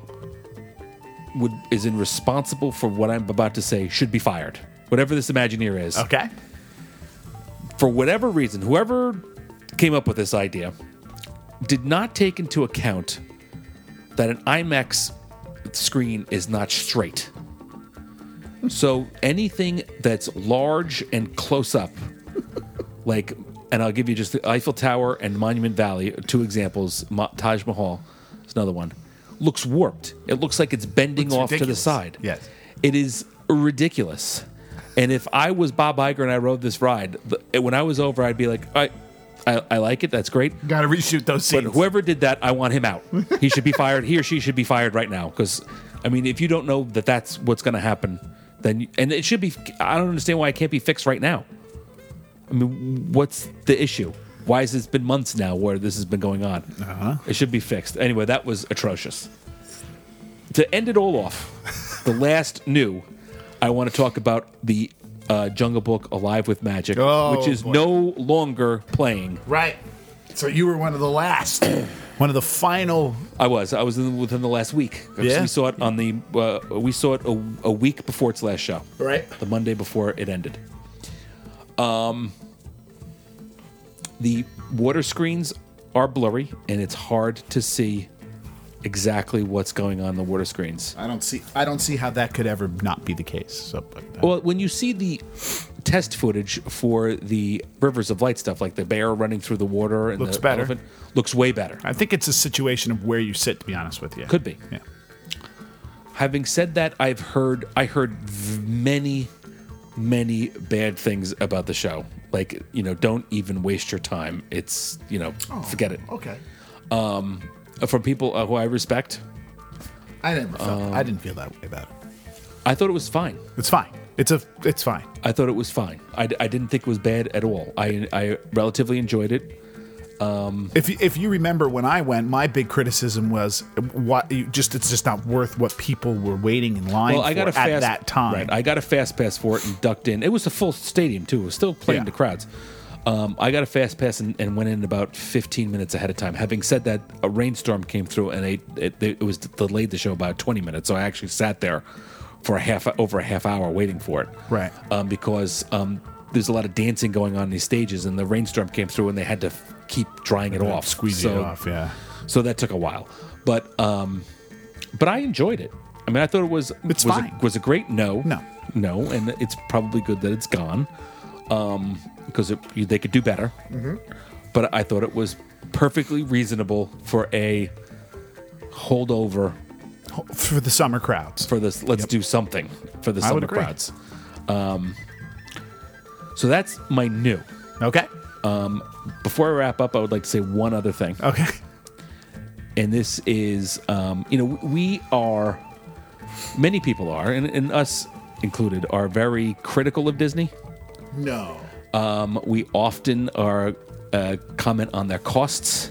would is in responsible for what I'm about to say should be fired. Whatever this Imagineer is, Okay. for whatever reason, whoever came up with this idea did not take into account that an IMAX screen is not straight. So anything that's large and close up, like, and I'll give you just the Eiffel Tower and Monument Valley, two examples. Ma- Taj Mahal is another one. Looks warped. It looks like it's bending Looks off to the ridiculous. side. Yes. It is ridiculous. And if I was Bob Iger and I rode this ride, the, when I was over, I'd be like, I, I, I like it. That's great. Got to reshoot those But scenes. whoever did that, I want him out. He should be fired. He or she should be fired right now. Because, I mean, if you don't know that that's what's going to happen, then you, and it should be. I don't understand why it can't be fixed right now. I mean, what's the issue? Why has it been months now where this has been going on? Uh-huh. It should be fixed. Anyway, that was atrocious. To end it all off, the last new, I want to talk about the uh, Jungle Book Alive with Magic, Oh, which is boy. no longer playing. right. So you were one of the last, one of the final. I was. I was in, within the last week. Yeah. We saw it on the. Uh, we saw it a, a week before its last show. Right. The Monday before it ended. Um. The water screens are blurry, and it's hard to see exactly what's going on in the water screens. I don't see. I don't see how that could ever not be the case. So, but, uh, Well, when you see the test footage for the Rivers of Light stuff, like the bear running through the water and Looks the better. elephant, looks way better. I think it's a situation of where you sit. To be honest with you, Could be. Yeah. Having said that, I've heard I heard v- many, many bad things about the show. Like you know, don't even waste your time. It's you know, forget it. Okay. From people uh, who I respect, I didn't. Feel, Um, I didn't feel that way about it. I thought it was fine. It's fine. It's a. It's fine. I thought it was fine. I, d- I didn't think it was bad at all. I I relatively enjoyed it. If you, if you remember when I went, my big criticism was what you just it's just not worth what people were waiting in line Well, I for got a at fast that time. Right, I got a fast pass for it and ducked in. It was a full stadium too. It was still playing Yeah. to crowds. Um, I got a fast pass and, and went in about 15 minutes ahead of time. Having said that, a rainstorm came through and they, it, it was delayed the show about 20 minutes. So I actually sat there for a half over a half hour waiting for it. Right. Um, because um, there's a lot of dancing going on in these stages, and the rainstorm came through, and they had to f- keep drying it off, Squeeze it So- off, yeah. So that took a while, but um, but I enjoyed it. I mean, I thought it was It's was fine. A, was a great no, No. no, and it's probably good that it's gone um, because it, you- they could do better. Mm-hmm. But I thought it was perfectly reasonable for a holdover For the summer crowds. for this. Let's do something for the I would summer agree. crowds. Um, so that's my new. okay. Before I wrap up, I would like to say one other thing. Okay. and this is um, you know we are many people are and, and us included are very critical of disney No. um, we often are uh, comment on their costs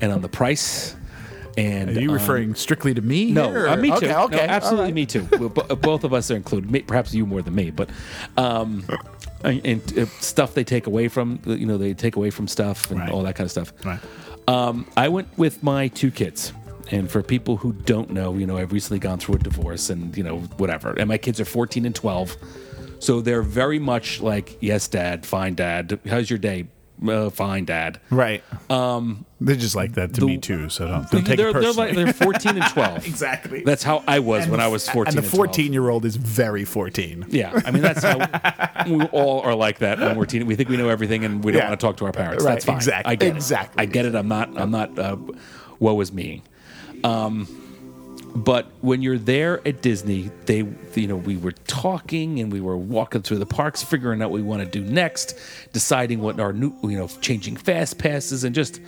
and on the price and Are you on- referring strictly to me? Um, no, here, uh, or- me too. Okay, No, okay. absolutely, all right. me too. Well, bo- uh, both of us are included. May- Perhaps you more than me, but um, and, and, uh, stuff they take away from you know they take away from stuff and Right. all that kind of stuff. Right. Um, I went with my two kids. And for people who don't know, you know, I've recently gone through a divorce and, you know, whatever. And my kids are 14 and 12. So they're very much like, yes, dad, fine, dad. How's your day? Uh, fine, dad. Right. Um, they just like that to me too, so don't, don't take they're, it they're personally. like they're 14 and 12. Exactly. That's how I was And when the- I was 14. And the 12. 14 year old is very 14. Yeah, I mean that's how we all are like that when we're teen. We think we know everything and we don't Yeah. want to talk to our parents. Right, That's fine. exactly, I get exactly. It. I get it. I'm not. I'm not. Uh, woe is me. Um, but when you're there at Disney, they, you know, we were talking and we were walking through the parks, figuring out what we want to do next, deciding what our new, you know, changing fast passes, and just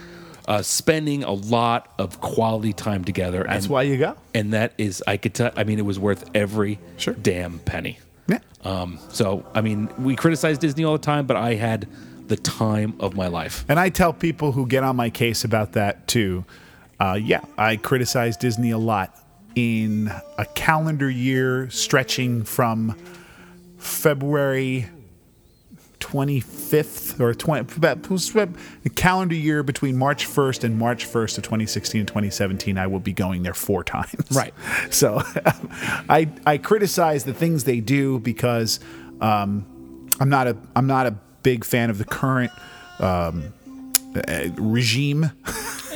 uh, spending a lot of quality time together. That's and, why you go. and that is I could tell. I mean, it was worth every Sure. damn penny. Yeah. Um, so I mean, we criticize Disney all the time, but I had the time of my life. And I tell people who get on my case about that too. Uh, yeah, I criticize Disney a lot in a calendar year stretching from February 25th or 20 about- it was about the calendar year between March 1st and March 1st of 2016 and 2017 I will be going there four times. Right. So I I criticize the things they do because um, I'm not a I'm not a big fan of the current regime,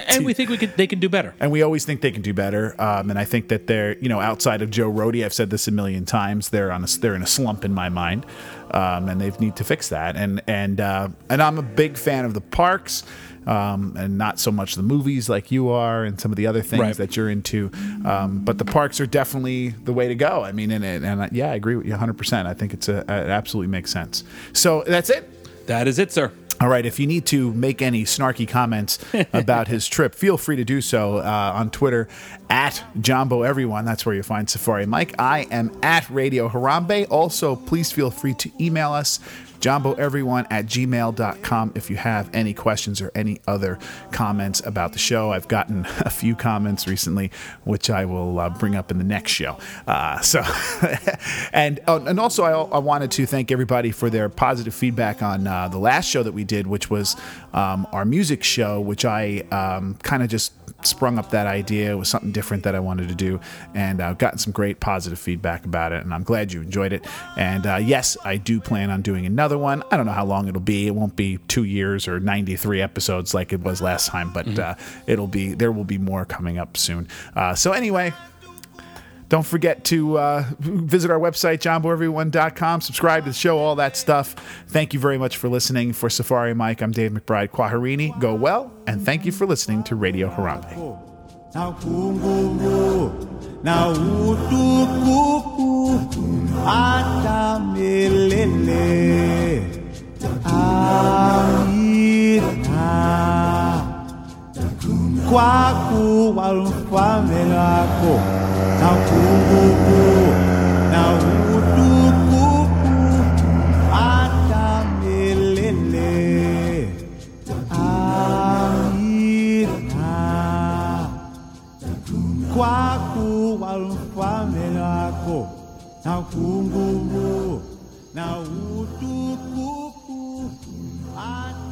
And we think we could they can do better. and we always think they can do better. Um, and I think that they're, you know, outside of Joe Rody, I've said this a million times. They're on a, they're in a slump in my mind, um, and they need to fix that. And and uh, and I'm a big fan of the parks, um, and not so much the movies like you are, and some of the other things Right. that you're into. Um, but the parks are definitely the way to go. I mean, and and, and I, yeah, I agree with you 100. percent I think it's a, it absolutely makes sense. So that's it. That is it, sir. All right, if you need to make any snarky comments about his trip, feel free to do so uh, on Twitter at Jumbo Everyone. That's where you find Safari Mike. I am at Radio Harambe. Also, please feel free to email us, jumboeveryone at gmail.com, if you have any questions or any other comments about the show. I've gotten a few comments recently, which I will uh, bring up in the next show. Uh, so, and oh, and also I, I wanted to thank everybody for their positive feedback on uh, the last show that we did, which was um, our music show, which I um, kind of just sprung up that idea. It was something different that I wanted to do, and I've gotten some great positive feedback about it, and I'm glad you enjoyed it. And uh, yes, I do plan on doing another one. I don't know how long it'll be. It won't be two years or 93 episodes like it was last time, but uh, it'll be there will be more coming up soon. Uh, so anyway. Don't forget to uh, visit our website, johnboeveryone.com, subscribe to the show, all that stuff. Thank you very much for listening. For Safari Mike, I'm Dave McBride Quaharini. Go well, and thank you for listening to Radio Harambe. na kungubu na utukufu hata milele amina kwa kuwa mfalme wako na kungubu na utukufu hata milele amina kwako walufame lako na kungumu na utukufu hata